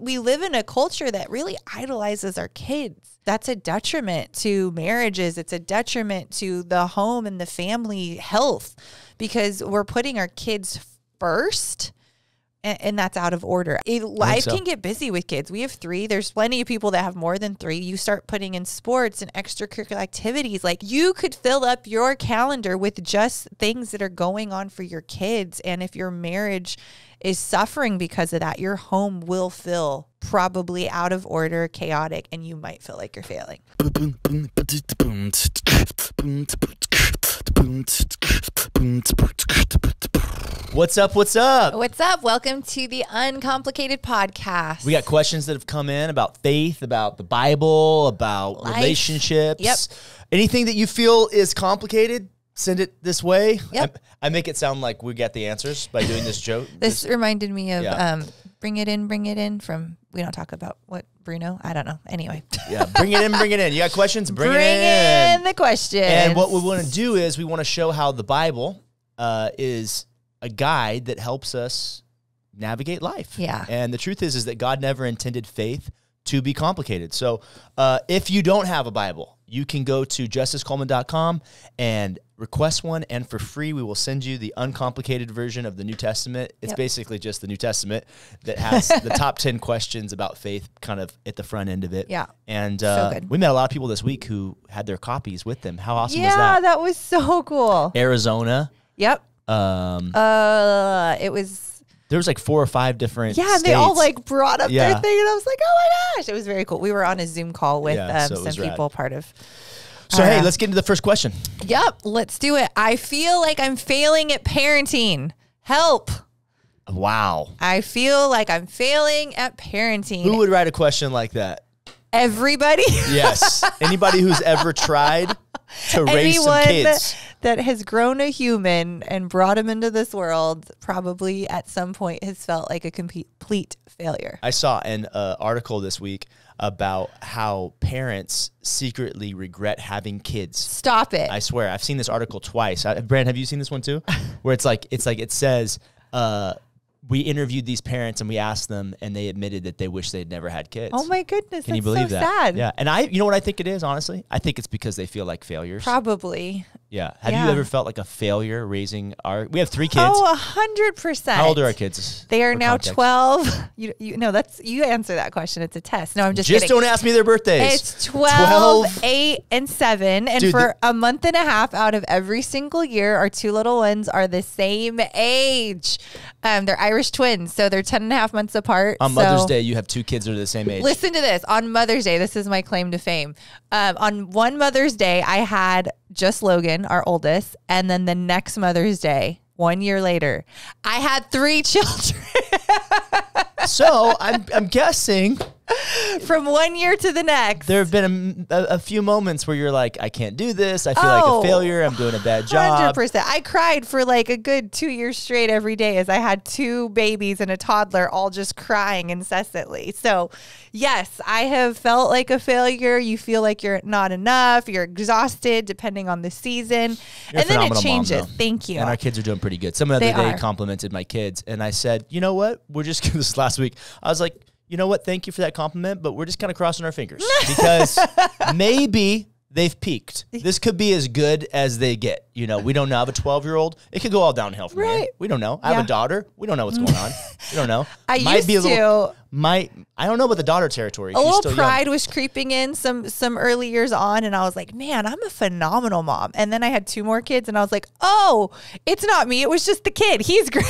we live in a culture that really idolizes our kids. That's a detriment to marriages. It's a detriment to the home and the family health because we're putting our kids first and, and that's out of order. It, life so. can get busy with kids. We have three. There's plenty of people that have more than three. You start putting in sports and extracurricular activities. Like you could fill up your calendar with just things that are going on for your kids. And if your marriage is suffering because of that, your home will feel probably out of order, chaotic, and you might feel like you're failing. What's up? What's up? What's up? Welcome to the Uncomplicated Podcast. We got questions that have come in about faith, about the Bible, about Life. relationships. Yep. Anything that you feel is complicated, send it this way. Yep. I, I make it sound like we got the answers by doing this joke. This reminded me of Yeah. um, "Bring It In, Bring It In" from we don't talk about what Bruno. I don't know. Anyway, yeah. Bring it in. Bring it in. You got questions? Bring, bring it in. in the question. And what we want to do is we want to show how the Bible uh, is a guide that helps us navigate life. Yeah. And the truth is, is that God never intended faith to be complicated. So uh, if you don't have a Bible, you can go to justicecoleman.com and request one. And for free, we will send you the uncomplicated version of the New Testament. It's Yep. basically just the New Testament that has the top 10 questions about faith kind of at the front end of it. Yeah. And uh, good. we met a lot of people this week who had their copies with them. How awesome yeah, was that? that? was so cool. Arizona. Yep. Um, Uh, it was. there was like four or five different. Yeah, they all states. like brought up Yeah. their thing, and I was like, "Oh my gosh!" It was very cool. We were on a Zoom call with Yeah, um, so it was some rad. people, part of. So hey, uh, let's get into the first question. Yep, let's do it. I feel like I'm failing at parenting. Help! Wow, I feel like I'm failing at parenting. who would write a question like that? Everybody. Yes, anybody who's ever tried to raise some kids. that has grown a human and brought him into this world probably at some point has felt like a complete failure. I saw an uh, article this week about how parents secretly regret having kids. Stop it. I swear, I've seen this article twice. I, Brand, have you seen this one too? Where it's like it's like it says, uh, we interviewed these parents and we asked them, and they admitted that they wish they'd never had kids. oh my goodness. Can that's you believe so that? sad. Yeah, and I, you know what I think it is, honestly, I think it's because they feel like failures. Probably. yeah. Have you yeah. ever felt like a failure raising our? We have three kids. Oh, a hundred percent. How old are our kids? They are For now context. twelve. You, you no, that's you answer that question. It's a test. No, I'm just, Just kidding. don't ask me their birthdays. It's 12, 8, and 7. And Dude, for a month and a half out of every single year, our two little ones are the same age. Um, they're Irish twins, so they're 10 and a half months apart. On so- Mother's Day, you have two kids that are the same age. Listen to this. On Mother's Day, this is my claim to fame. Um, on one Mother's Day, I had just Logan, our oldest, and then the next Mother's Day, one year later, I had three children so I'm, I'm guessing from one year to the next. there have been a, a- a few moments where you're like, I can't do this. I feel Oh, like a failure. I'm doing a bad job. Hundred percent. I cried for like a good two years straight every day as I had two babies and a toddler all just crying incessantly. So, yes, I have felt like a failure. You feel like you're not enough. You're exhausted, depending on the season, You're a and then it phenomenal mom, changes. though. Thank you. And our kids are doing pretty good. Someone the They other day are. complimented my kids, and I said, "You know what? We're just this is last week. I was like, you know what? Thank you for that compliment, but we're just kind of crossing our fingers because maybe." They've peaked. This could be as good as they get. You know, we don't know. I have a 12 year old. It could go all downhill from here. Right. We don't know. I have Yeah. a daughter. We don't know what's going on. We don't know. I used to. Might I don't know about the daughter territory. a She's little still young. pride was creeping in some some early years on and i was like man i'm a phenomenal mom and then i had two more kids and i was like oh it's not me it was just the kid he's great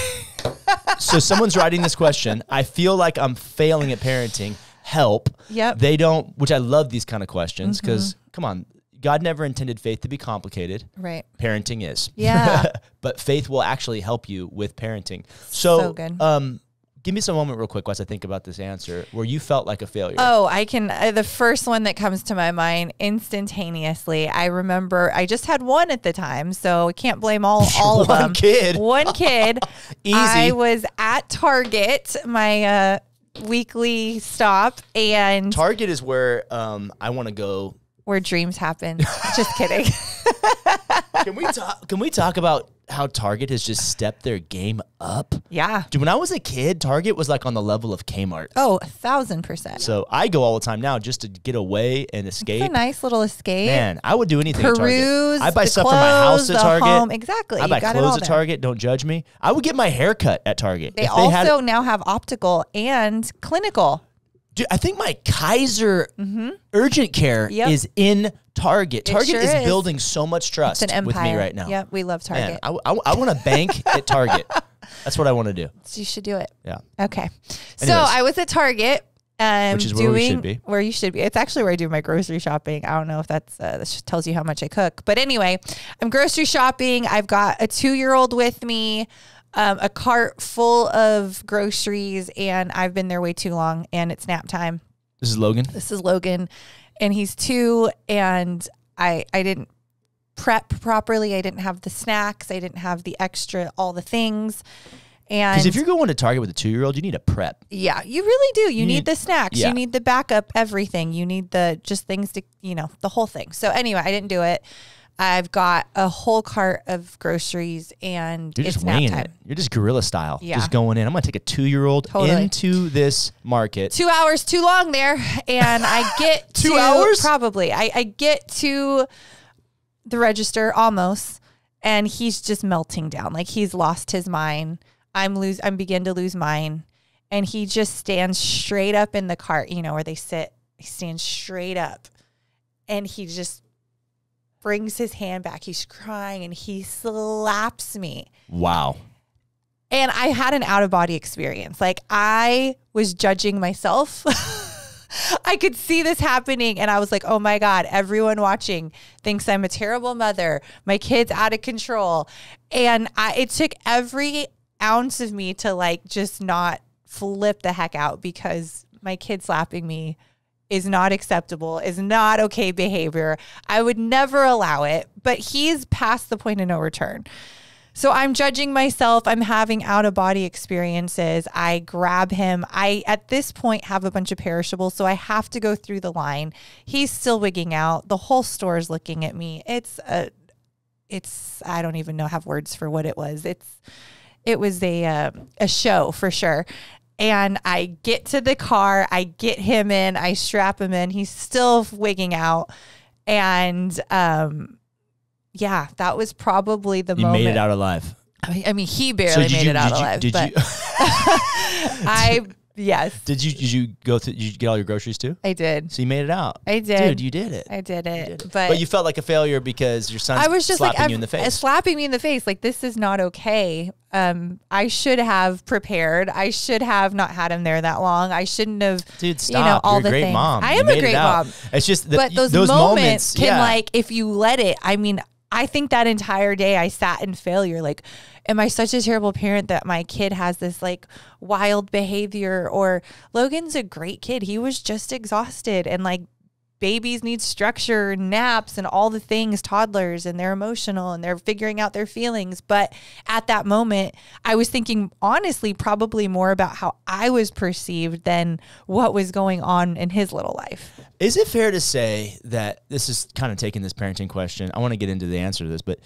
so someone's writing this question. I feel like I'm failing at parenting. Help. Yep. Mm-hmm. They don't, which I love these kind of questions because come on, God never intended faith to be complicated. right Parenting is. Yeah. but faith will actually help you with parenting. So, So good. um, give me some moment real quick once I think about this answer where you felt like a failure. Oh, I can. Uh, the first one that comes to my mind instantaneously. I remember I just had one at the time, so I can't blame all all of One them. kid. one kid. Easy. I was at Target, my uh, weekly stop, and Target is where um, I want to go. where dreams happen. just kidding. Can we talk? Can we talk about how Target has just stepped their game up? Yeah. Dude, when I was a kid, Target was like on the level of Kmart. Oh, a thousand percent. So I go all the time now just to get away and escape. It's a nice little escape. Man, I would do anything at Peruse. Target. I buy the stuff clothes, for my house the at Target. Home. Exactly. I you buy got it clothes all at there. Target. Don't judge me. I would get my hair cut at Target. They If also had- now have optical and clinical. Dude, I think my Kaiser urgent care Mm-hmm. Yep. is in Target. Target sure is, is. building so much trust It's an empire with me right now. Yep, we love Target. Man, I, want to bank at Target. That's what I want to do. you should do it. Yeah. Okay. So Anyways. I was at Target. Um, Which is doing where we should be. Where you should be. It's actually where I do my grocery shopping. I don't know if that's uh, that just tells you how much I cook, but anyway, I'm grocery shopping. I've got a two year old with me, um, a cart full of groceries, and I've been there way too long, and it's nap time This is Logan. this is Logan and he's two and I I didn't prep properly. I didn't have the snacks. I didn't have the extra all the things. And Because if you're going to Target with a two year old, you need a prep. yeah, you really do. You, need, need- the snacks. yeah. You need the backup, everything. You need the just things to, you know, the whole thing. So anyway, I didn't do it. I've got a whole cart of groceries and You're it's just nap weighing time. it. You're just guerrilla style. Yeah. Just going in. I'm going to take a two year old Totally. into this market. two hours too long there and i get Two to, hours? probably I, I get to the register almost and he's just melting down like he's lost his mind i'm lose i'm begin to lose mine and he just stands straight up in the cart you know where they sit he stands straight up and he just brings his hand back he's crying and he slaps me Wow. and I had an out of body experience. Like I was judging myself. I could see this happening and I was like, "Oh my god, everyone watching thinks I'm a terrible mother. My kids out of control." And I it took every ounce of me to like just not flip the heck out because my kid slapping me is not acceptable, is not okay behavior. I would never allow it, but he's past the point of no return. So I'm judging myself. I'm having out of body experiences. I grab him. I, at this point, have a bunch of perishables. So I have to go through the line. He's still wigging out. The whole store is looking at me. It's a, it's, I don't even know, have words for what it was. It's, it was a, uh, a show for sure. And I get to the car. I get him in. I strap him in. He's still wigging out. And, um, yeah, that was probably the You moment. made it out alive. I mean- I mean, he barely made it out did alive, did but you, I, yes, did you did you go through did you get all your groceries too? I did. So you made it out. I did. Dude, you did it. I did it. did it. But, you felt like a failure because your son's I was just slapping like, you in the I've- face. slapping me in the face. Like, this is not okay. Um, I should have prepared. I should have not had him there that long. I shouldn't have, Dude, stop. you know, all You're a the great things. mom. I You am made a it great out. mom. It's just that but y- those, moments, can yeah. like if you let it i mean i think that entire day i sat in failure like am i such a terrible parent that my kid has this like wild behavior or logan's a great kid he was just exhausted and like babies need structure naps and all the things toddlers and they're emotional and they're figuring out their feelings but at that moment i was thinking honestly probably more about how i was perceived than what was going on in his little life Is it fair to say that this is kind of taking this parenting question? I want to get into the answer to this, but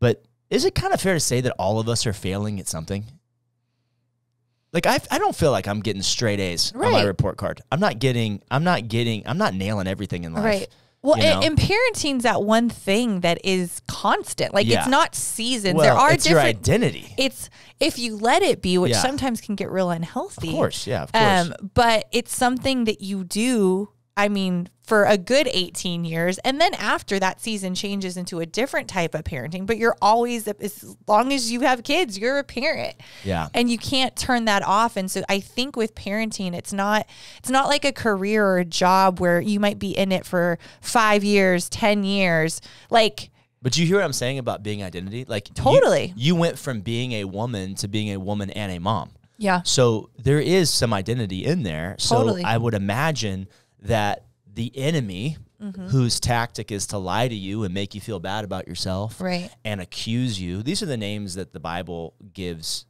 but is it kind of fair to say that all of us are failing at something? Like I, I don't feel like I'm getting straight A's on my Right. report card. I'm not getting I'm not getting I'm not nailing everything in life. Right. Well, you know? and, and parenting's that one thing that is constant. Like Yeah. it's not seasons. well, there are it's your different. identity. it's if you let it be, which Yeah. sometimes can get real unhealthy. Of course, yeah, of course. Um, but it's something that you do. I mean, for a good 18 years. And then after that season changes into a different type of parenting, but you're always, as long as you have kids, you're a parent yeah. and you can't turn that off and so i think with parenting it's not it's not like a career or a job where you might be in it for 5 years 10 years like But you hear what I'm saying about being identity? Like you- Totally. you went from being a woman to being a woman and a mom. yeah So there is some identity in there. So Totally. I would imagine that the enemy, Mm-hmm. whose tactic is to lie to you and make you feel bad about yourself Right. and accuse you, these are the names that the Bible gives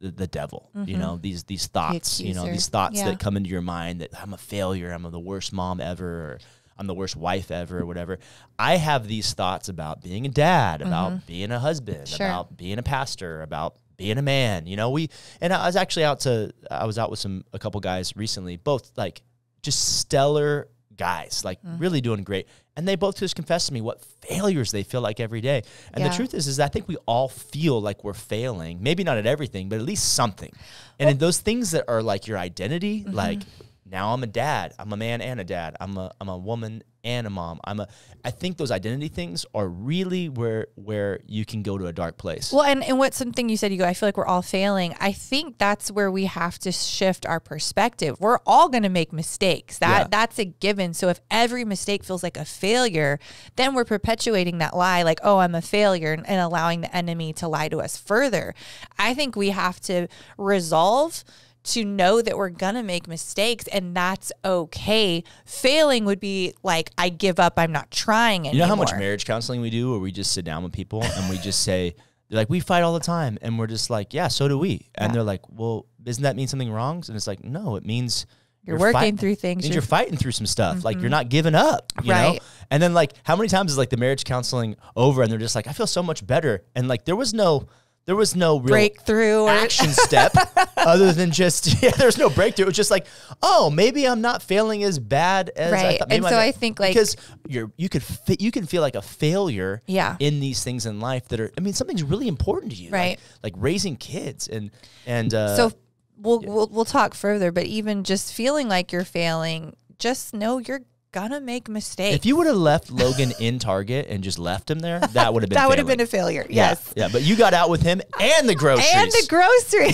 the, the devil. You know, these these thoughts, you Mm-hmm. know, accuser. these thoughts Yeah. that come into your mind that I'm a failure, I'm the worst mom ever, or I'm the worst wife ever or whatever. I have these thoughts about being a dad, about being a husband, Mm-hmm. Sure. about being a pastor, about being a man. You know, we and I was actually out to I was out with some a couple guys recently, both like just stellar guys, like Mm. really doing great. And they both just confessed to me what failures they feel like every day. And Yeah. the truth is is I think we all feel like we're failing. Maybe not at everything, but at least something. And in those things that are like your identity, like now I'm a dad, I'm a man and a dad, I'm a I'm a woman and a mom. I'm a I think those identity things are really where where you can go to a dark place. Well, and, and what something you said, you go, I feel like we're all failing. I think that's where we have to shift our perspective. We're all going to make mistakes. That Yeah. that's a given. So if every mistake feels like a failure, then we're perpetuating that lie, like, oh, I'm a failure, and, and allowing the enemy to lie to us further. I think we have to resolve to know that we're gonna make mistakes and that's okay. Failing would be like, I give up, I'm not trying anymore. You know how much marriage counseling we do where we just sit down with people and we just say, they're like, we fight all the time. And we're just like, yeah, so do we. And they're like, well, doesn't that mean something wrong? And it's like, no, it means You're working fight- through things, means you're- Mm-hmm. You're, fighting through some stuff. Like you're not giving up, you know? Right. And then like, how many times is like the marriage counseling over and they're just like, I feel so much better. And like, there was no, there was no real breakthrough or action step other than just yeah there's no breakthrough it was just like oh maybe i'm not failing as bad as i Right. thought Maybe And I'm so not- I think, like- because you're you could fi- you can feel like a failure Yeah. in these things in life that are i mean something's really important to you like- Right. like, raising kids and and uh, so we'll, we'll we'll talk further but even just feeling like you're failing just know you're gonna make mistakes if you would have left logan in target and just left him there that would have been that would have failing. been a failure Yeah. Oh, yes yeah, but you got out with him and the groceries. and the grocery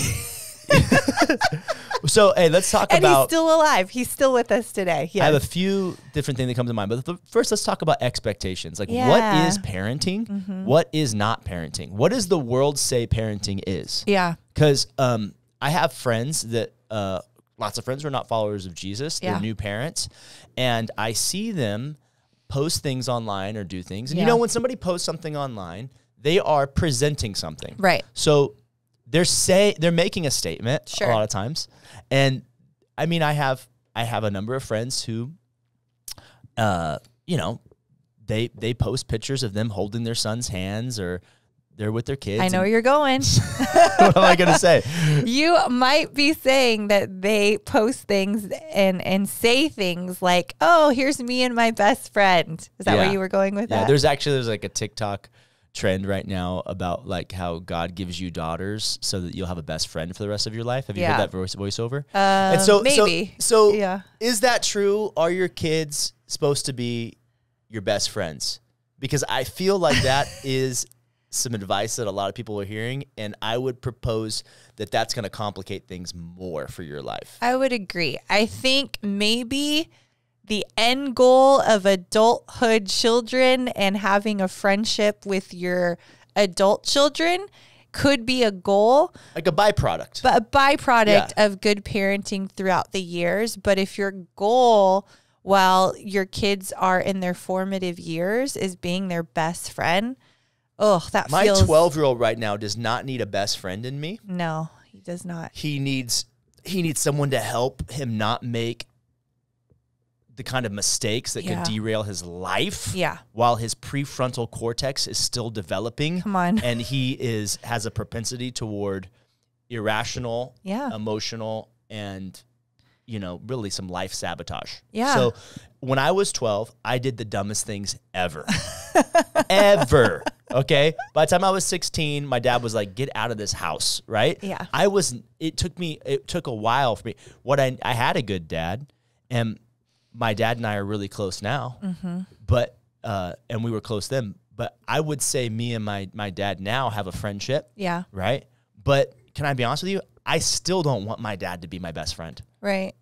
so hey, let's talk and he's about still alive he's still with us today I have yes a few different things that come to mind, but the first, let's talk about expectations. Like, Yeah. Mm-hmm. what is parenting? What is not parenting? What does the world say parenting is? yeah Because um, I have friends that, uh, lots of friends who are not followers of Jesus, Yeah. they're new parents, and I see them post things online or do things. And Yeah. you know, when somebody posts something online, they are presenting something. right So they're say they're making a statement Sure. a lot of times, and I mean I have I have a number of friends who, uh, you know, they they post pictures of them holding their son's hands or they're with their kids. i know where and- you're going what am I gonna say? you might be saying that they post things and and say things like oh here's me and my best friend is that Yeah. where you were going with Yeah, that there's actually there's like a TikTok trend right now about like how God gives you daughters so that you'll have a best friend for the rest of your life. Have you Yeah. heard that voice voiceover? um, and so maybe so, so Yeah. is that true are your kids supposed to be your best friends because i feel like that is some advice that a lot of people are hearing and i would propose that that's going to complicate things more for your life I would agree. I think maybe the end goal of adulthood children and having a friendship with your adult children could be a goal, like a byproduct but a byproduct of good parenting throughout the years. But if your goal while your kids are in their formative years is being their best friend, oh, that my feels 12 year old right now does not need a best friend in me no, he does not. he needs he needs someone to help him not make the kind of mistakes that Yeah. could derail his life Yeah. while his prefrontal cortex is still developing Come on. and he is has a propensity toward irrational Yeah. emotional and you know really some life sabotage Yeah. so when i was 12 i did the dumbest things ever ever. Okay. By the time I was 16, my dad was like, "Get out of this house!" Right? Yeah. I was. It took me. It took a while for me. What I I had a good dad, and my dad and I are really close now. Mm-hmm. But uh, and we were close then. But I would say me and my my dad now have a friendship, Yeah, right? But can I be honest with you? I still don't want my dad to be my best friend. right,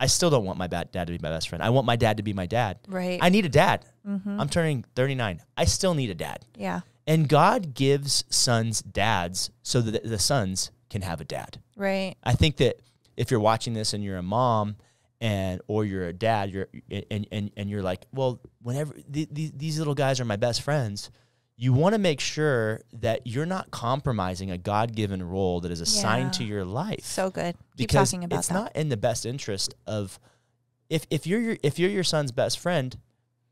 I still don't want my ba- dad to be my best friend. I want my dad to be my dad. right. Mm-hmm. I need a dad. I'm turning 39. I still need a dad. yeah, And God gives sons dads so that the sons can have a dad. right. I think that if you're watching this and you're a mom and or you're a dad, you're and and, and you're like, well, whenever the, the, these little guys are my best friends, you want to make sure that you're not compromising a God-given role that is assigned to Yeah. your life So good. Keep because talking about it's that. not in the best interest of if if you're your if you're your son's best friend,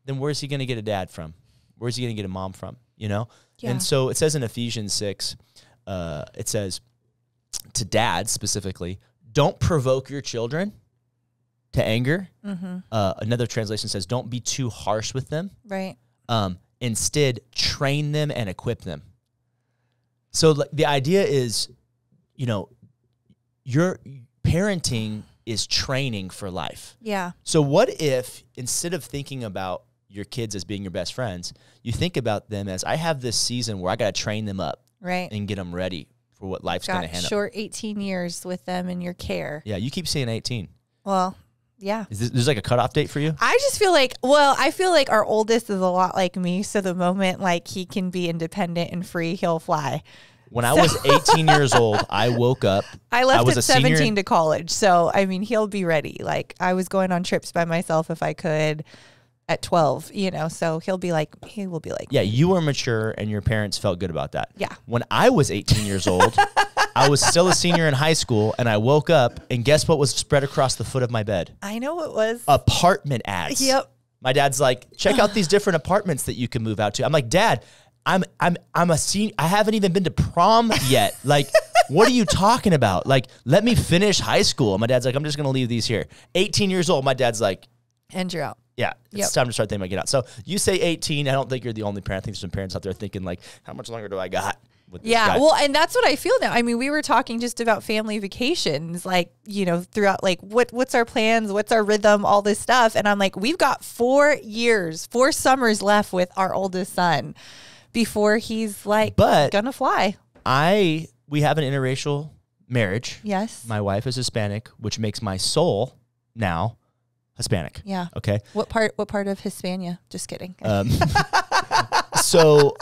then where's he going to get a dad from? Where's he going to get a mom from? You know? Yeah. And so it says in Ephesians 6, uh, it says to dads specifically, don't provoke your children to anger. Mm-hmm. Uh, another translation says, don't be too harsh with them. Right. Um, instead, train them and equip them. So like, the idea is, you know, your parenting is training for life. Yeah. So what if instead of thinking about your kids as being your best friends, you think about them as I have this season where I got to train them up Right. and get them ready for what life's going to Got hand up. short 18 years with them in your care. Yeah, you keep saying 18. Well, yeah. Is this, there's like a cutoff date for you? I just feel like, well, I feel like our oldest is a lot like me. So the moment like he can be independent and free, he'll fly. When I was 18 years old, I woke up. I left was a at senior in- 17 to college. So, I mean, he'll be ready. Like, I was going on trips by myself if I could at 12, you know, so he'll be like, he will be like, Yeah, you were mature and your parents felt good about that. Yeah. When I was 18 years old, I was still a senior in high school and I woke up and guess what was spread across the foot of my bed? I know it was. Uh, apartment ads. Yep. My dad's like, check out these different apartments that you can move out to. I'm like, Dad, I'm I'm I'm a senior. I haven't even been to prom yet. Like, what are you talking about? Like, let me finish high school. And my dad's like, I'm just gonna leave these here. 18 years old. My dad's like, and you're out. yeah, it's Yep. time to start thinking about get out. So you say 18. I don't think you're the only parent. I think there's some parents out there thinking like, how much longer do I got? With this Yeah, guy? well, and that's what I feel now. I mean, we were talking just about family vacations, like you know, throughout, like what what's our plans, what's our rhythm, all this stuff, and I'm like, we've got four years, four summers left with our oldest son before he's like, But- gonna fly. I we have an interracial marriage. Yes. My wife is Hispanic, which makes my soul now Hispanic. yeah. Okay. What part? What part of Hispania? Just kidding. Um, so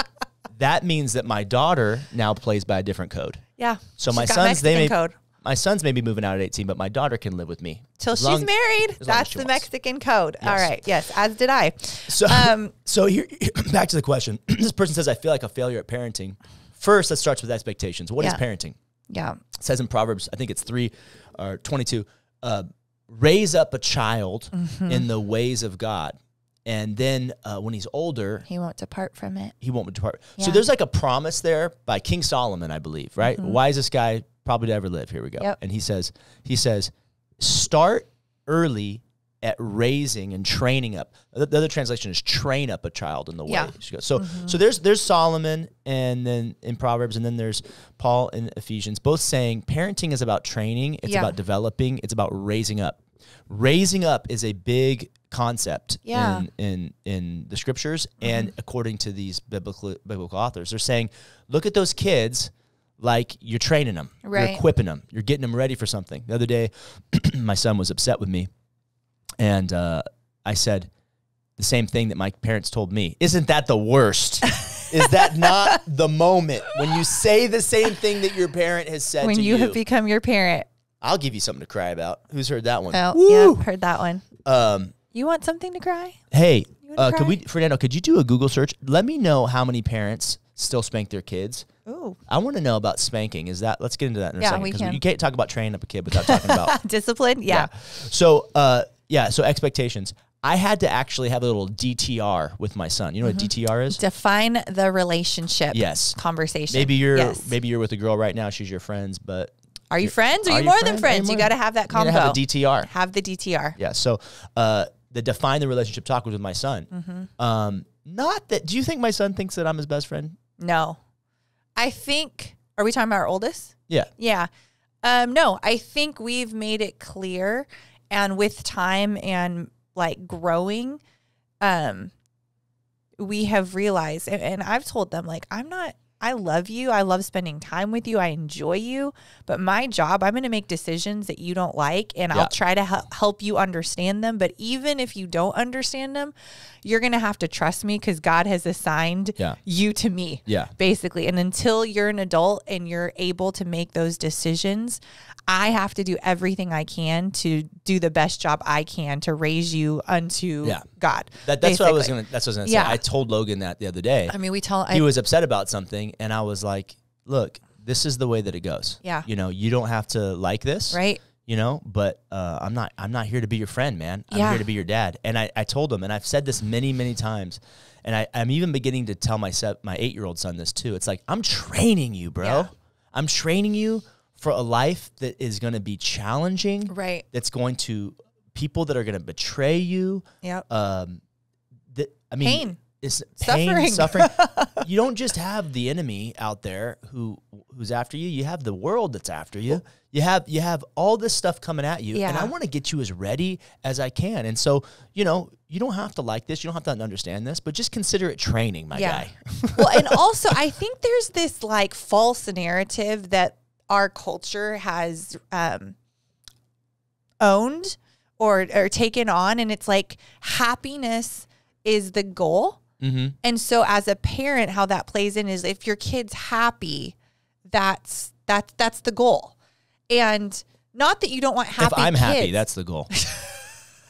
that means that my daughter now plays by a different code. yeah. So She's my got sons, they Mexican may code my sons may be moving out at eighteen, but my daughter can live with me till As she's long- married. as That's she the wants. Mexican code. All Yes. right. Yes. As did I. So, Um, so here, back to the question. this person says, "I feel like a failure at parenting." First, that starts with expectations. What is Yeah. parenting? Yeah. It says in Proverbs, I think it's three or twenty-two. Uh, raise up a child in the ways of God, and then uh, when he's older, He won't depart from it. he won't depart. So Yeah. Mm-hmm. there's like a promise there by King Solomon, I believe, right? Wisest guy probably to ever live. Here we go. Yep. And he says, he says, start early at raising and training up. The, the other translation is train up a child in the way. Yeah. Mm-hmm. it should go. So so there's there's Solomon and then in Proverbs and then there's Paul in Ephesians, both saying parenting is about training, it's Yeah. about developing, it's about raising up. Raising up is a big concept Yeah. Mm-hmm. in in in the scriptures and according to these biblical biblical authors they're saying look at those kids like you're training them Right. you're equipping them you're getting them ready for something the other day my son was upset with me and uh, i said the same thing that my parents told me isn't that the worst is that not the moment when you say the same thing that your parent has said When to you you, have e- become your parent. i'll give you something to cry about who's heard that one Oh, Woo! yeah, heard that one. um, You want something to cry? Hey, wanna uh, could cry? we, Fernando? Could you do a Google search? Let me know how many parents still spank their kids. Ooh, I want to know about spanking. Is that? Let's get into that in a Yeah, second we we- can. you can't talk about training up a kid without talking about. discipline. Yeah. So, uh, yeah. So expectations. I had to actually have a little DTR with my son. You Mm-hmm. know what a DTR is? Define the relationship. Yes. Conversation. Maybe you're Yes. maybe you're with a girl right now. She's your friends, but Are you friends? Are, Are you you more friends? Are you than friends? more You than- got to have that you combo. gotta have a DTR. Have the DTR. Yeah. So uh, the define the relationship talk was with my son. Mm-hmm. Um, not that. Do you think my son thinks that I'm his best friend? No, I think. Are we talking about our oldest? Yeah. Yeah. Um, no, I think we've made it clear and with time and like growing, um, we have realized and, and I've told them like I'm not I love you. I love spending time with you. I enjoy you. But my job, I'm going to make decisions that you don't like and Yeah. I'll try to hel- help you understand them. But even if you don't understand them, you're going to have to trust me because God has assigned Yeah. you to me Yeah. basically. And until you're an adult and you're able to make those decisions, I have to do everything I can to do the best job I can to raise you unto Yeah. God. That, that's what I was basically. gonna. That's what I was gonna Yeah. say. I told Logan that the other day. I mean, we tell. he I, was upset about something, and I was like, "Look, this is the way that it goes. Yeah. you know, you don't have to like this. Right. you know but uh, i'm not i'm not here to be your friend man i'm Yeah. here to be your dad and I, I told him and i've said this many many times and I, i'm even beginning to tell my se- my eight year old son this too it's like i'm training you bro Yeah. i'm training you for a life that is going to be challenging Right. that's going to people that are going to betray you Yep. um that i mean Pain. it's pain Suffering. suffering you don't just have the enemy out there who who's after you you have the world that's after you you have you have all this stuff coming at you and Yeah. i want to get you as ready as i can and so you know you don't have to like this you don't have to understand this but just consider it training my Yeah. guy well, and also I think there's this like false narrative that our culture has um, owned or or taken on, and it's like happiness is the goal. Mm-hmm. And so, as a parent, how that plays in is if your kid's happy, that's that's that's the goal, and not that you don't want happy. if i'm happy kids. that's the goal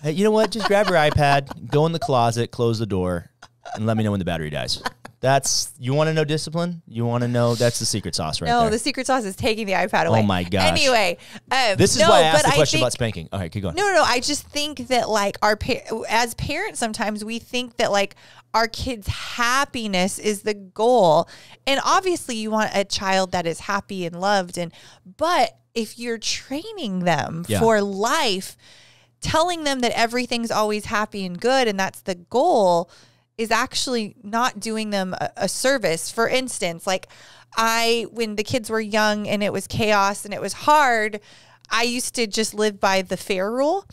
hey, you know what just grab your ipad go in the closet close the door and let me know when the battery dies that's you want to know discipline you want to know that's the secret sauce right no. there Oh The secret sauce is taking the iPad away. my gosh. Anyway, um, This is no, why I asked but the question think, about spanking. All right, keep going. No, no, no. I just think that like our pa- as parents, sometimes we think that like our kids' happiness is the goal, and obviously you want a child that is happy and loved, and but if you're training them Yeah. for life, telling them that everything's always happy and good, and that's the goal. Is actually not doing them a, a service. For instance, like I, when the kids were young and it was chaos and it was hard, I used to just live by the fair rule,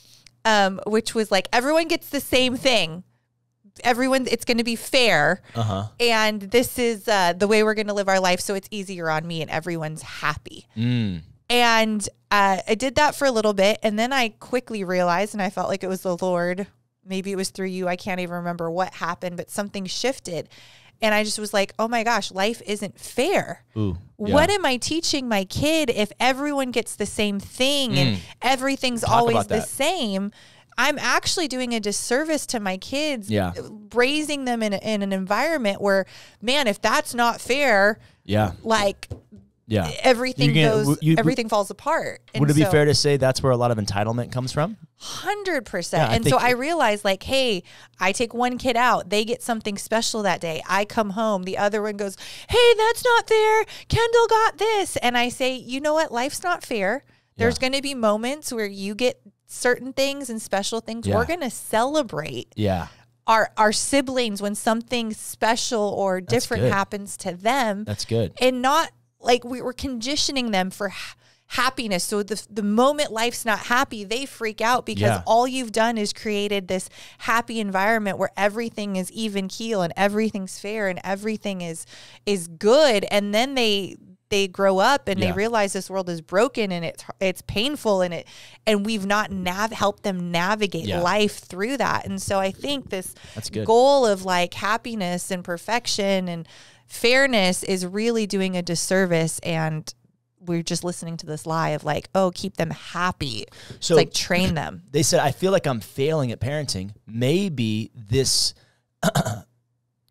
um, which was like everyone gets the same thing. Everyone, it's going to be fair, Uh-huh. and this is uh, the way we're going to live our life. So it's easier on me, and everyone's happy. Mm. And uh, I did that for a little bit, and then I quickly realized, and I felt like it was the Lord. Maybe it was through you. I can't even remember what happened, but something shifted, and I just was like, "Oh my gosh, life isn't fair." Ooh. What am I teaching my kid if everyone gets the same thing and everything's always Mm. about the that. same? I'm actually doing a disservice to my kids, Yeah. raising them in, a, in an environment where, man, if that's not fair, yeah. like Yeah. everything You're gonna- goes, you- everything falls apart. And Would it be so- fair to say that's where a lot of entitlement comes from? Hundred percent. Yeah, I And so think- I realized, like, hey, I take one kid out, they get something special that day. I come home, the other one goes, hey, that's not fair. Kendall got this, and I say, you know what? Life's not fair. There's going to be moments where you get certain things and special things. Yeah. We're going to celebrate Yeah. our our siblings when something special or different good. happens to them That's good. and not like we were conditioning them for ha- happiness. So the the moment life's not happy, they freak out because Yeah. all you've done is created this happy environment where everything is even keel and everything's fair and everything is is good. And then they they grow up and Yeah. they realize this world is broken and it's it's painful and it and we've not nav- helped them navigate Yeah. life through that. And so I think this That's good. goal of like happiness and perfection and fairness is really doing a disservice and we're just listening to this lie of like oh keep them happy So- it's like train them They said, I feel like I'm failing at parenting. Maybe this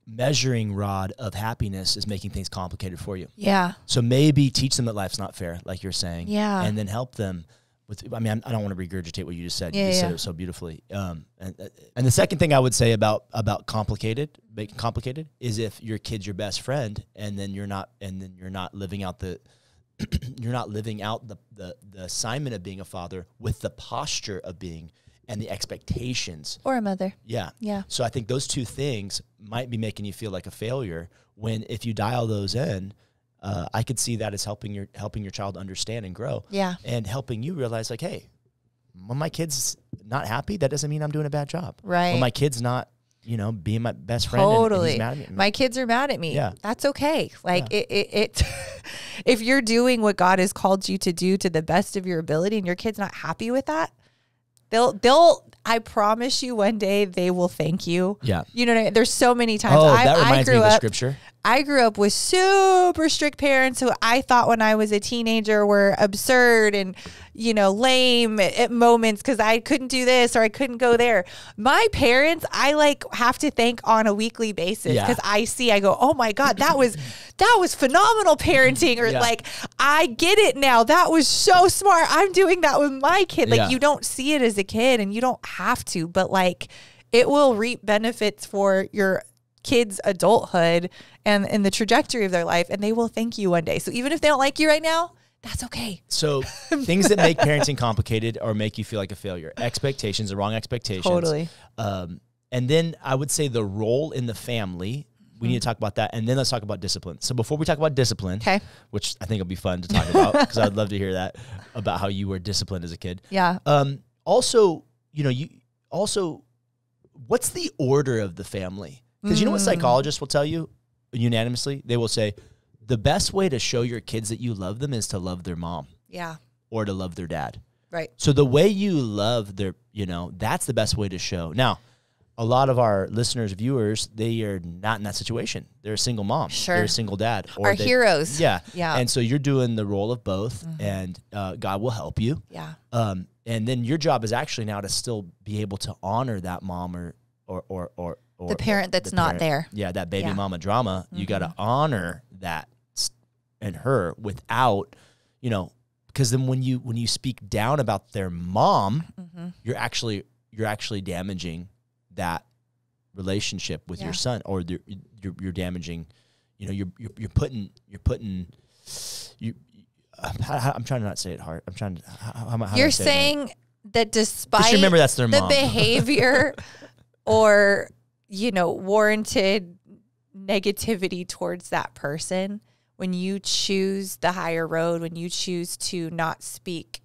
measuring rod of happiness is making things complicated for you. yeah So maybe teach them that life's not fair, like you're saying. Yeah. And then help them with. I mean, I'm- I don't want to regurgitate what you just said. you Yeah, just said yeah. it so beautifully. Um, and, and the second thing I would say about about complicated, making complicated, is if your kid's your best friend, and then you're not, and then you're not living out the. You're not living out the, the, the assignment of being a father with the posture of being and the expectations or a mother yeah. Yeah. So I think those two things might be making you feel like a failure when if you dial those in, uh, I could see that as helping your helping your child understand and grow. Yeah. And helping you realize like, hey, when my kid's not happy, that doesn't mean I'm doing a bad job. Right. When my kid's not, you know, being my best friend and- and totally he's mad at me. my kids are mad at me Yeah. that's okay like it, it, it if you're doing what god has called you to do to the best of your ability and your kids not happy with that they'll they'll i promise you one day they will thank you Yeah. you know what I mean? there's so many times oh, I, that I reminds me grew of the up scripture. I grew up with super strict parents who I thought when I was a teenager were absurd and, you know, lame at, at moments because I couldn't do this or I couldn't go there. My parents, I like have to thank on a weekly basis Yeah. because I see, I go, oh my God, that was, that was phenomenal parenting. Or Yeah. like, I get it now. That was so smart. I'm doing that with my kid. Like, Yeah. you don't see it as a kid and you don't have to, but like it will reap benefits for your kids' adulthood and in the trajectory of their life and they will thank you one day. So even if they don't like you right now, that's okay. So things that make parenting complicated or make you feel like a failure, expectations, the wrong expectations. Totally. Um, and then I would say the role in the family. We need to talk about that, and then let's talk about discipline. So before we talk about discipline, Okay. which I think will be fun to talk about because I'd love to hear that about how you were disciplined as a kid. Yeah. Um, also, you know, you also, what's the order of the family? Because you know what psychologists will tell you unanimously? They will say the best way to show your kids that you love them is to love their mom Yeah. or to love their dad. Right. So the way you love their, you know, that's the best way to show. Now, a lot of our listeners, viewers, they are not in that situation. They're a single mom. Sure. They're a single dad. Or Our they- heroes. Oh. Mm-hmm. Yeah. Yeah. And so you're doing the role of both, and uh, God will help you. Yeah. Um, and then your job is actually now to still be able to honor that mom or or or or, or The parent that's not there. Yeah, that baby Yeah. Mm-hmm. mama drama. You got to honor that s- and her without, you know, because then when you when you speak down about their mom, Mm-hmm. you're actually you're actually damaging that relationship with Yeah. your son, or the, you're you're damaging, you know, you're you're, you're putting you're putting you. I'm, I'm trying to not say it hard. I'm trying to. How, how, am I- how do I You're say it, man? saying that despite just remember that's their the mom. behavior or you know warranted negativity towards that person when you choose the higher road when you choose to not speak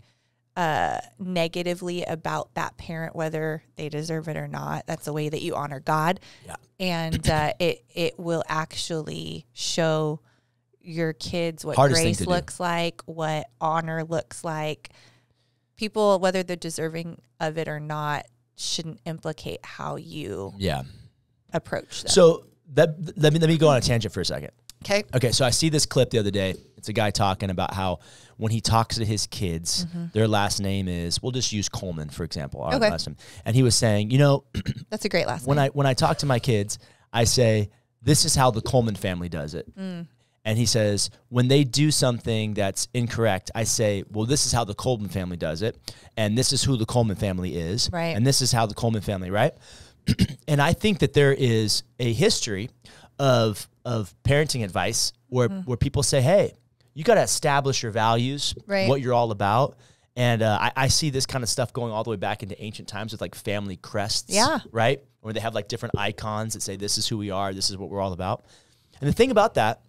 uh, negatively about that parent whether they deserve it or not that's the way that you honor god Yeah. and uh, it it will actually show your kids what Hardest thing grace to do. looks like what honor looks like people, whether they're deserving of it or not, shouldn't implicate how you yeah. approach them. So that let me let me go on a tangent for a second. okay. Okay, so I see this clip the other day. It's a guy talking about how when he talks to his kids, their last name is we'll just use Coleman for example. Our Okay. last name. And he was saying, you know, That's a great last when name. I when I talk to my kids, I say this is how the Coleman family does it. Mm. And he says when they do something that's incorrect, I say, well, this is how the Coleman family does it, and this is who the Coleman family is, Right. And this is how the Coleman family, right? and I think that there is a history of of parenting advice where Mm. where people say, hey, you got to establish your values, Right. what you're all about. And uh, I, I see this kind of stuff going all the way back into ancient times with like family crests Yeah. right? Or they have like different icons that say, this is who we are, this is what we're all about. And the thing about that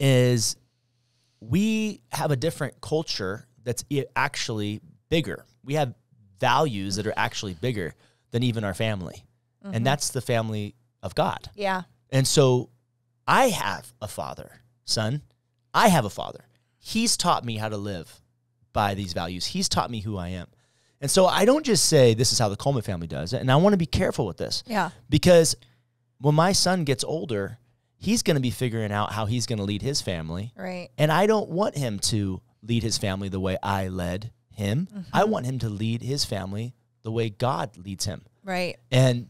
is we have a different culture that's i- actually bigger. We have values that are actually bigger than even our family. And that's the family of God. yeah. And so I have a father, son. I have a father. He's taught me how to live by these values. He's taught me who I am. And so I don't just say this is how the Coleman family does it. And I want to be careful with this Yeah. because when my son gets older, he's going to be figuring out how he's going to lead his family. Right. And I don't want him to lead his family the way I led him. I want him to lead his family the way God leads him. Right. And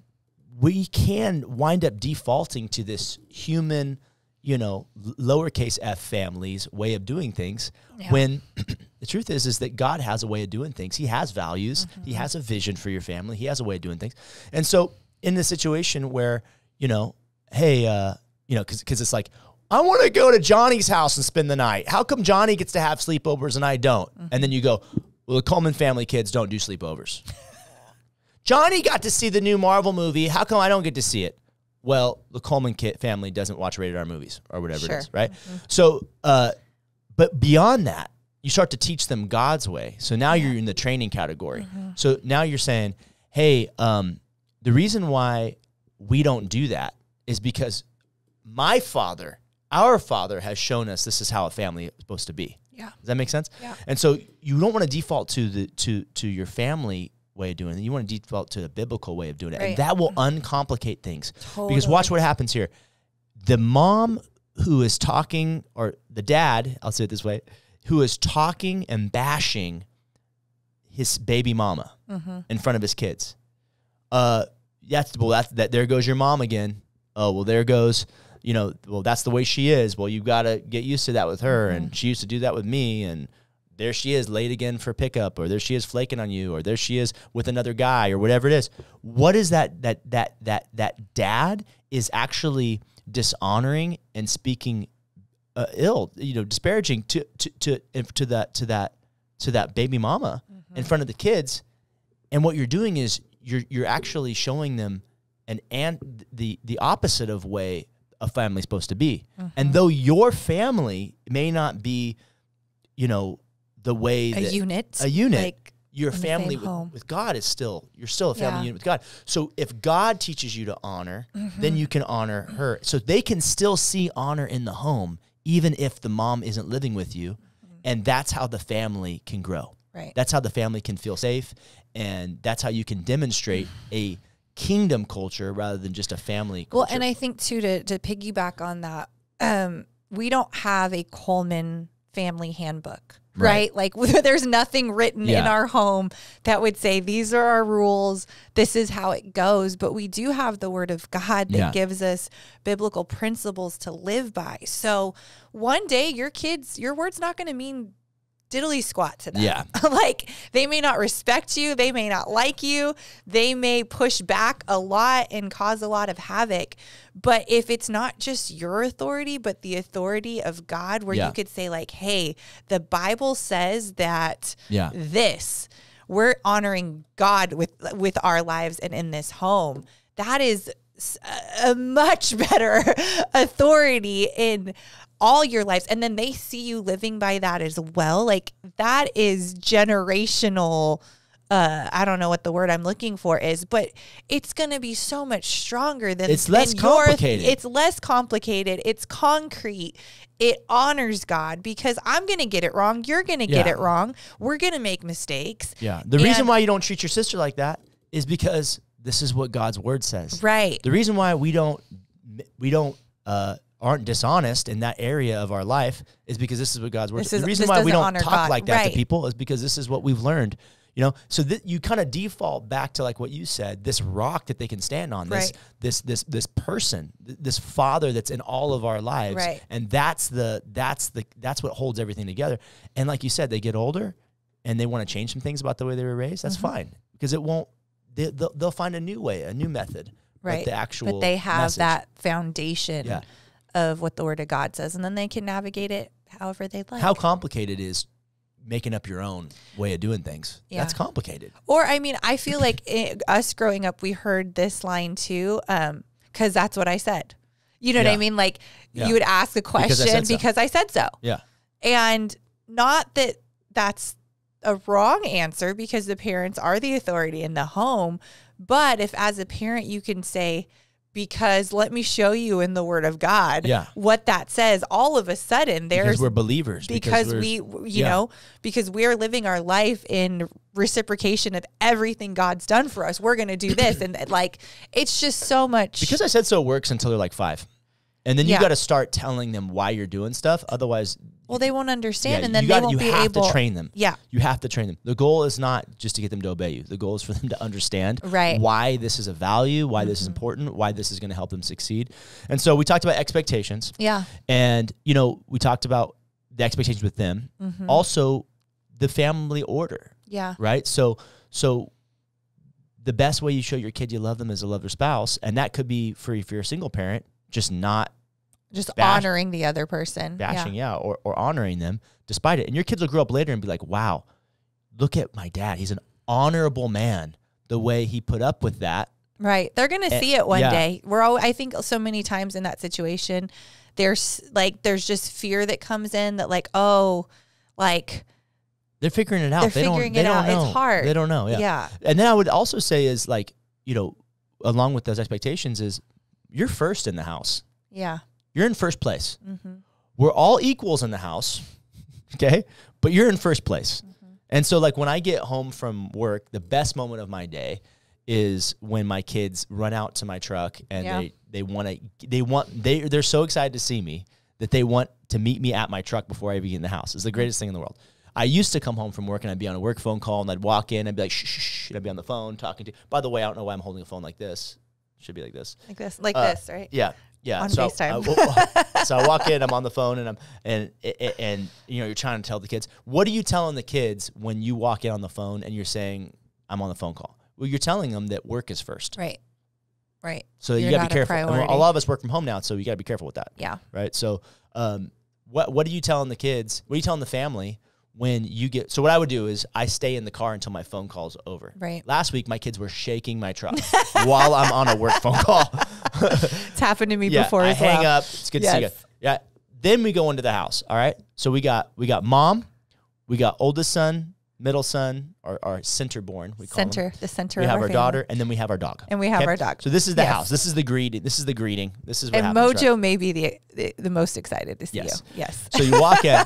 we can wind up defaulting to this human, you know, l- lowercase f families way of doing things Yeah. when the truth is is that God has a way of doing things. He has values, he has a vision for your family, he has a way of doing things. And so in the situation where, you know, hey, uh, you know, cuz cuz it's like I want to go to Johnny's house and spend the night. How come Johnny gets to have sleepovers and I don't? And then you go, well, the Coleman family kids don't do sleepovers. Johnny got to see the new Marvel movie. How come I don't get to see it? Well, the Coleman kid family doesn't watch rated R movies or whatever Sure. it is, right? So, uh, but beyond that, you start to teach them God's way. So now you're in the training category. So now you're saying, hey, um, the reason why we don't do that is because my father, our father, has shown us this is how a family is supposed to be. Yeah. Does that make sense? Yeah. And so you don't want to default to the to to your family way of doing it. You want to default to the biblical way of doing it, Right. and that will uncomplicate things. Because watch what happens here. the mom who is talking, or the dad, I'll say it this way, who is talking and bashing his baby mama Mm-hmm. in front of his kids. Uh, that's well, that's that. There goes your mom again. Oh well, there goes. You know, well, that's the way she is. Well, you got to get used to that with her, Mm-hmm. and she used to do that with me, and there she is late again for pickup, or there she is flaking on you, or there she is with another guy, or whatever it is. What is that? That that that that dad is actually dishonoring and speaking uh, ill, you know, disparaging to to to if- to that to that to that baby mama in front of the kids, and what you're doing is you're you're actually showing them an and the the opposite of way a family's supposed to be. And though your family may not be, you know, the way a that, unit. a unit, Like, your in the family same with, home. with God is still you're still a family Yeah. unit with God. So if God teaches you to honor, Mm-hmm. then you can honor her. So they can still see honor in the home, even if the mom isn't living with you, Mm-hmm. and that's how the family can grow. right. That's how the family can feel safe, and that's how you can demonstrate a kingdom culture rather than just a family culture. Well, and I think too to to piggyback on that, um, we don't have a Coleman family handbook, Right. right? Like there's nothing written in Yeah. our home that would say these are our rules, this is how it goes. But we do have the Word of God that Yeah. gives us biblical principles to live by. So one day your kids, your word's not going to mean diddly squat to them. Yeah. like they may not respect you, they may not like you, they may push back a lot and cause a lot of havoc. But if it's not just your authority, but the authority of God, where Yeah. you could say, like, hey, the Bible says that Yeah. this, we're honoring God with with our lives and in this home. That is s- a much better authority in all your lives and then they see you living by that as well like that is generational uh i don't know what the word i'm looking for is but it's going to be so much stronger than It's less than your- complicated. it's less complicated it's concrete it honors god because i'm going to get it wrong you're going to get Yeah. it wrong we're going to make mistakes yeah. The reason And- why you don't treat your sister like that is because this is what God's word says. right The reason why we don't we don't uh, aren't dishonest in that area of our life is because this is what God's word. This says. is- the reason this why we doesn't don't honor talk God. like that to Right. people is because this is what we've learned. You know, so that you kind of default back to like what you said, this rock that they can stand on, this Right. this this this person, th- this father that's in all of our lives, Right. and that's the that's the that's what holds everything together. And like you said, they get older, and they want to change some things about the way they were raised. That's Mm-hmm. fine because it won't. They, they'll, they'll find a new way, a new method. but right the actual but they have message. that foundation Yeah. of what the word of god says and then they can navigate it however they like how complicated is making up your own way of doing things Yeah. that's complicated Or I mean, I feel like it, us growing up, we heard this line too, um, because that's what I said. You know what Yeah. I mean? Like Yeah. you would ask a I question because I said said so. so, yeah and not that that's a wrong answer because the parents are the authority in the home, but if as a parent you can say. Because let me show you in the Word of God Yeah. what that says. All of a sudden, because there's we're believers because, we're- we you yeah. know because we're living our life in reciprocation of everything god's done for us we're gonna do this and like it's just so much because i said so works until they're like five and then you Yeah. got to start telling them why you're doing stuff otherwise well they won't understand yeah, and then you they gotta- won't you be have able to train them yeah you have to train them the goal is not just to get them to obey you the goal is for them to understand Right. why this is a value why this is important why this is going to help them succeed and so we talked about expectations yeah And, you know, we talked about the expectations with them. Also, the family order, yeah right? So, so the best way you show your kid you love them is to love their spouse. And that could be for if you're a single parent, just not just Bash- honoring the other person bashing, yeah. yeah, or, or honoring them despite it. And your kids will grow up later and be like, wow, look at my dad. He's an honorable man. The way he put up with that. right they're gonna Eh, see it one yeah. day we're all i think so many times in that situation there's like there's just fear that comes in that like oh like They're figuring it out. They're they don't, figuring they it don't out. It's know. hard. They don't know. yeah, And then I would also say is like, you know, along with those expectations is you're first in the house. yeah. You're in first place. Mm-hmm. We're all equals in the house. Okay? But you're in first place. Mm-hmm. And so like when I get home from work, the best moment of my day is when my kids run out to my truck and Yeah. they They want to. They want. They they're so excited to see me that they want to meet me at my truck before I even get in the house. It's the greatest thing in the world. I used to come home from work and I'd be on a work phone call and I'd walk in and I'd be like shh shh, shh and I'd be on the phone talking to. By the way, I don't know why I'm holding a phone like this. Should be like this. Like this, like Uh, this, right? Yeah, yeah. On so uh, I- FaceTime. I wa- so I walk in, I'm on the phone, and I'm and and, and you know you're trying to tell the kids. What are you telling the kids when you walk in on the phone and you're saying I'm on the phone call? Well, you're telling them that work is first. Right. Right. So you You're got to not be a careful. And we're- a priority. lot of us work from home now, so you got to be careful with that, Yeah. right? So, um, what what are you telling the kids? What are you telling the family when you get? So what I would do is I stay in the car until my phone call's over. Right. Last week, my kids were shaking my truck while I'm on a work phone call. It's happened to me yeah, before I as hang well. up. It's good to see you. Yes. guys. Yeah. Then we go into the house. All right. So we got we got mom, we got oldest son, middle son, our, our center born. We call him. Center, the center We of have our, our family. daughter, and then we have our dog. And we have our dog. So this is the Yes. house. This is the greeting. This is the greeting. This is what And happens, right? Mojo may be the, the the most excited to see Yes. you. Yes. So you walk in.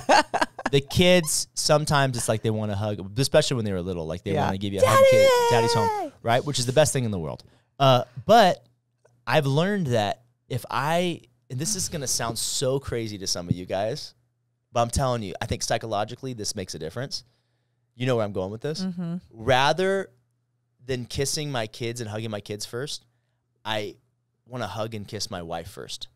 The kids sometimes it's like they want to hug, especially when they were little. Like they Yeah. want to give you a hug. Kid, daddy's home, right? Which is the best thing in the world. Uh, but I've learned that if I and this is gonna sound so crazy to some of you guys, but I'm telling you, I think psychologically this makes a difference. You know where I'm going with Mm-hmm. this. Rather than kissing my kids and hugging my kids first, I want to hug and kiss my wife first.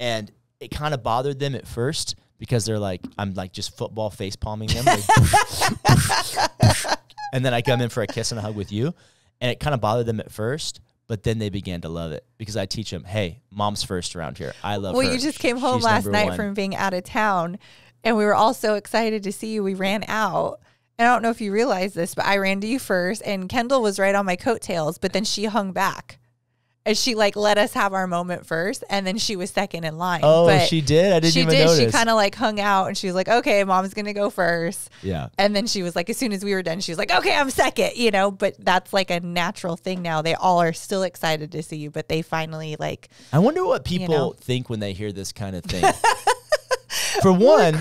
And it kind of bothered them at first because they're like, I'm like just football face palming them. like, and then I come in for a kiss and a hug with you. And it kind of bothered them at first, but then they began to love it because I teach them, hey, mom's first around here. I love Well, her. you just came home She's last number night one." from being out of town, and we were all so excited to see you. We ran out. And I don't know if you realize this, but I ran to you first, and Kendall was right on my coattails, but then she hung back. And she like let us have our moment first, and then she was second in line. Oh, but she did? I didn't she even did. notice. She kind of like hung out, and she was like, "Okay, mom's gonna go first. yeah. And then she was like, as soon as we were done, she was like, okay, I'm second, you know, but that's like a natural thing now. They all are still excited to see you, but they finally like, I wonder what people know? think when they hear this kind of thing. for one,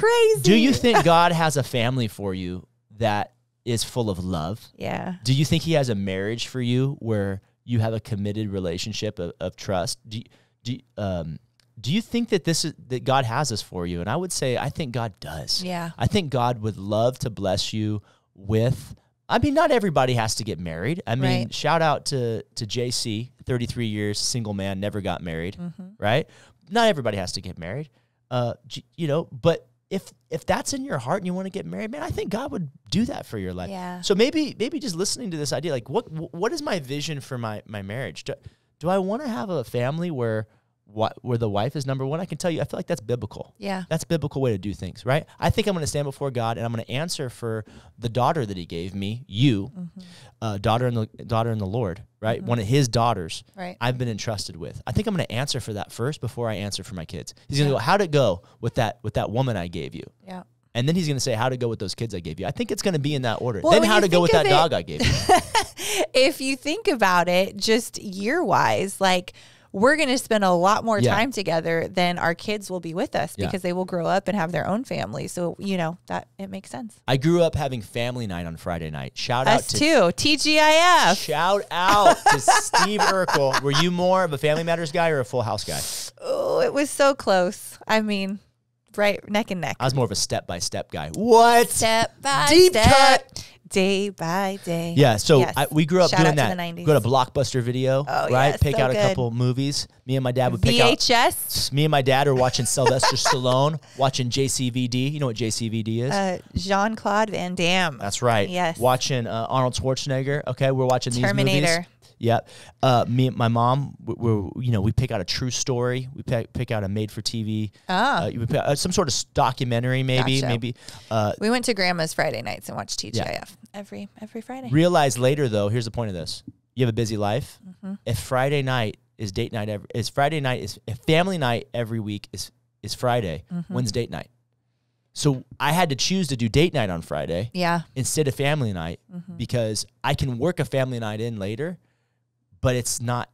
do you crazy. think God has a family for you that is full of love? yeah. Do you think He has a marriage for you where you have a committed relationship of, of trust? Do you, do you- um do you think that this is that God has this for you? And I would say I think God does. Yeah. I think God would love to bless you with. I mean, not everybody has to get married. I mean, Right. shout out to to JC, thirty three years, single man, never got married. Mm-hmm. Right? Not everybody has to get married. Uh, j- you know, but if if that's in your heart and you want to get married, man, I think God would do that for your life. Yeah. So maybe maybe just listening to this idea, like what wh- what is my vision for my my marriage? Do, do I want to have a family where wh- where the wife is number one? I can tell you, I feel like that's biblical. Yeah. That's a biblical way to do things, right? I think I'm going to stand before God and I'm going to answer for the daughter that He gave me, you, Mm-hmm. uh, daughter in the daughter in the Lord, right? One of His daughters, Right. I've been entrusted with. I think I'm going to answer for that first before I answer for my kids. He's going to go, "How'd it go with that with that woman I gave you?" Yeah. And then he's going to say, "How'd it go with those kids I gave you?" I think it's going to be in that order. Well, then when how you to go with think that of it- dog I gave you? If you think about it, just year wise, like we're going to spend a lot more Yeah. time together than our kids will be with us Yeah. because they will grow up and have their own family. So, you know, that it makes sense. I grew up having family night on Friday night. Shout out Us to too. TGIF. Shout out to Steve Urkel. Were you more of a Family Matters guy or a Full House guy? Oh, it was so close. I mean, right neck and neck. I was more of a step by step guy. What? step by Deep step, cut. day by day. Yeah, so Yes. I, we grew up Shout doing out that. To the 90s. Go to Blockbuster Video, Oh, right? yes, pick so out a good. couple movies. Me and my dad would pick out. VHS. Me and my dad are watching Sylvester Stallone, watching JCVD. You know what JCVD is? Uh, Jean Claude Van Damme. That's right. Yes. Watching uh, Arnold Schwarzenegger. Okay, we're watching these movies. Terminator. Yep. Uh, me and my mom, we- we're, you know, we pick out a true story. We pick, pick out a made for TV. Oh. Uh, we pick, uh, some sort of s- documentary, maybe. Gotcha. Maybe. Uh, we went to Grandma's Friday nights and watched TGIF Yeah. every every Friday. realize later, though, here's the point of this you have a busy life. If Friday night is date night, every, is Friday night, is if family night every week is, is Friday, when's date night? So I had to choose to do date night on Friday. yeah. instead of family night Mm-hmm. because I can work a family night in later, but it's not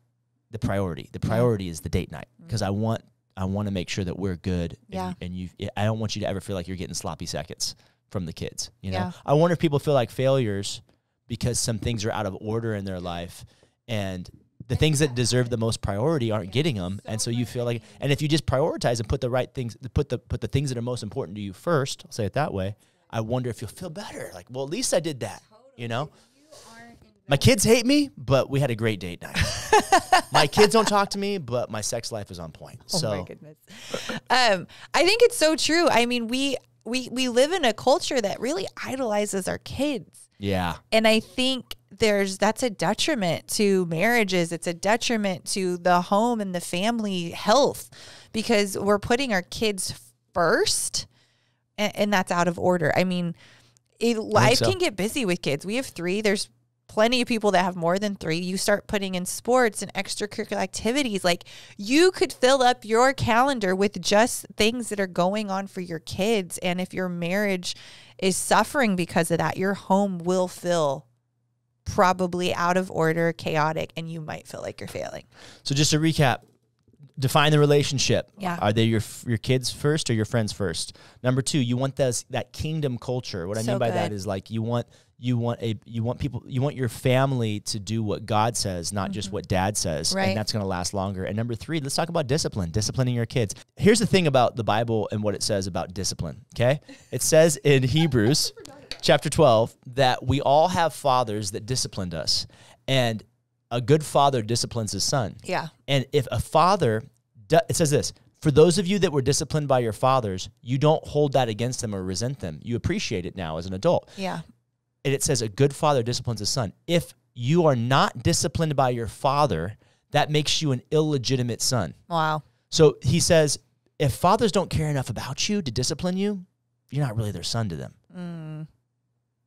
the priority. The priority is the date night because I want I want to make sure that we're good. and Mm. Yeah. you- And, you, I don't want you to ever feel like you're getting sloppy seconds from the kids. You know, Yeah. I wonder if people feel like failures because some things are out of order in their life, and the things that deserve the most priority aren't getting them, and so you feel like. And if you just prioritize and put the right things, put the put the things that are most important to you first. I'll say it that way. I wonder if you'll feel better. Like, well, at least I did that. You know. My kids hate me, but we had a great date night. my kids don't talk to me, but my sex life is on point. so Oh my goodness. Um, I think it's so true. I mean, we we we live in a culture that really idolizes our kids. yeah, And I think there's that's a detriment to marriages. It's a detriment to the home and the family health because we're putting our kids first and, and that's out of order. I mean, it, life so. can get busy with kids. We have 3. There's plenty of people that have more than 3. You start putting in sports and extracurricular activities like you could fill up your calendar with just things that are going on for your kids and if your marriage is suffering because of that, your home will feel probably out of order, chaotic, and you might feel like you're failing. So just to recap, define the relationship. Yeah. Are they your your kids first or your friends first? Number two, you want that that kingdom culture. What I So mean by that good. is like you want you want a you want people you want your family to do what God says, not just what Dad says, Mm-hmm. Right. and that's going to last longer. And number three, let's talk about discipline, disciplining your kids. Here's the thing about the Bible and what it says about discipline. Okay, it says in Hebrews. Chapter 12, that we all have fathers that disciplined us. And a good father disciplines his son. Yeah. And if a father, do- it says this for those of you that were disciplined by your fathers, you don't hold that against them or resent them. You appreciate it now as an adult. Yeah. And it says, a good father disciplines his son. If you are not disciplined by your father, that makes you an illegitimate son. Wow. So he says, if fathers don't care enough about you to discipline you, you're not really their son to them.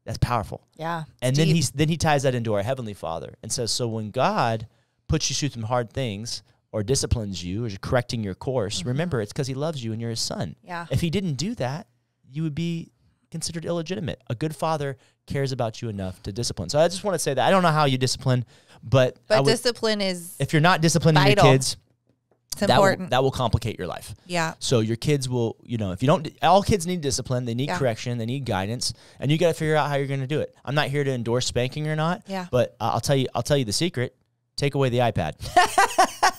That's powerful. Mm. Yeah. And then he then he ties that into our heavenly Father and says, so when God puts you through some hard things or disciplines you or correcting your course, remember it's because He loves you and you're His son. Mm-hmm. Yeah. If He didn't do that, you would be considered illegitimate. A good father cares about you enough to discipline. So I just want to say that I don't know how you discipline, but, I But would, discipline is if you're not disciplining vital. your kids, it's that will, important. that will complicate your life. yeah. So your kids will, you know, if you don't, all kids need discipline. They need Yeah. correction. They need guidance, and you got to figure out how you're going to do it. I'm not here to endorse spanking or not. Yeah. But I- I'll tell you, I'll tell you the secret. Take away the iPad.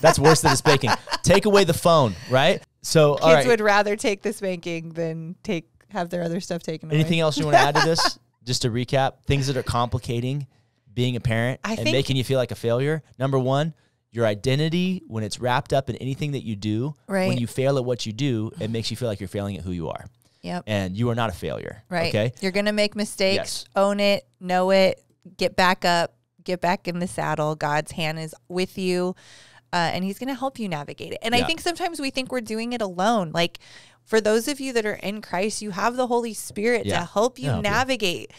That's worse than the spanking. Take away the phone, right? So, all Kids right. would rather take the spanking than take have their other stuff taken away. Anything else you want to add to this? Just to recap, things that are complicating being a parent I and think- making you feel like a failure. Number one, your identity when it's wrapped up in anything that you do. Right. When you fail at what you do, it makes you feel like you're failing at who you are. Yep. and you are not a failure. Right. Okay. You're gonna make mistakes. Yes. Own it. Know it. Get back up. Get back in the saddle. God's hand is with you, uh, and He's gonna help you navigate it. And I Yeah. think sometimes we think we're doing it alone. Like for those of you that are in Christ, you have the Holy Spirit to Yeah. help you Yeah, help you. navigate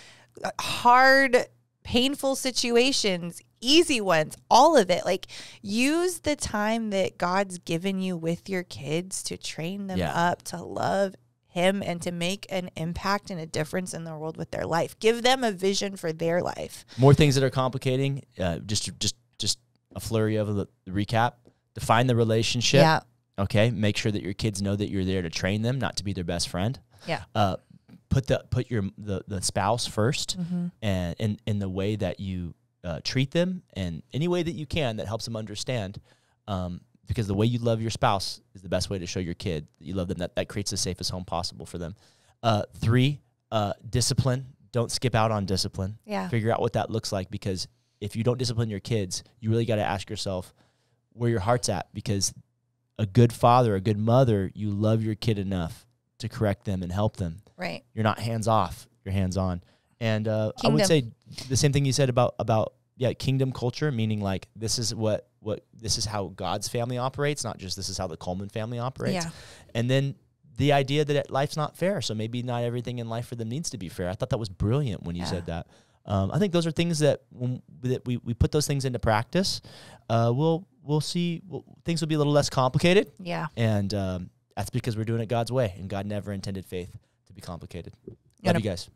hard, painful situations. Easy ones, all of it. Like, use the time that God's given you with your kids to train them Yeah. up to love him and to make an impact and a difference in the world with their life. Give them a vision for their life. More things that are complicating. Uh, just, just, just a flurry of the the recap. Define the relationship. Okay. Make sure that your kids know that you're there to train them, not to be their best friend. Yeah. Uh, put the put your the, the spouse 1st Mm-hmm. and in in the way that you uh, treat them and any way that you can that helps them understand. Um, because the way you love your spouse is the best way to show your kid that you love them. That that creates the safest home possible for them. Uh, three, uh, discipline. Don't skip out on discipline Yeah. figure out what that looks like because if you don't discipline your kids, you really got to ask yourself where your heart's at because a good father, a good mother, you love your kid enough to correct them and help them. Right. You're not hands off, you're hands on. And uh, I Kingdom. would say the same thing you said about about yeah, kingdom culture meaning like this is what what this is how God's family operates, not just this is how the Coleman family operates. Yeah. And then the idea that life's not fair, so maybe not everything in life for them needs to be fair. I thought that was brilliant when you Yeah. said that. Um, I think those are things that when that we, we put those things into practice, uh, we'll we'll see we'll, things will be a little less complicated, Yeah. and um, that's because we're doing it God's way, and God never intended faith to be complicated. Love Gonna- you guys.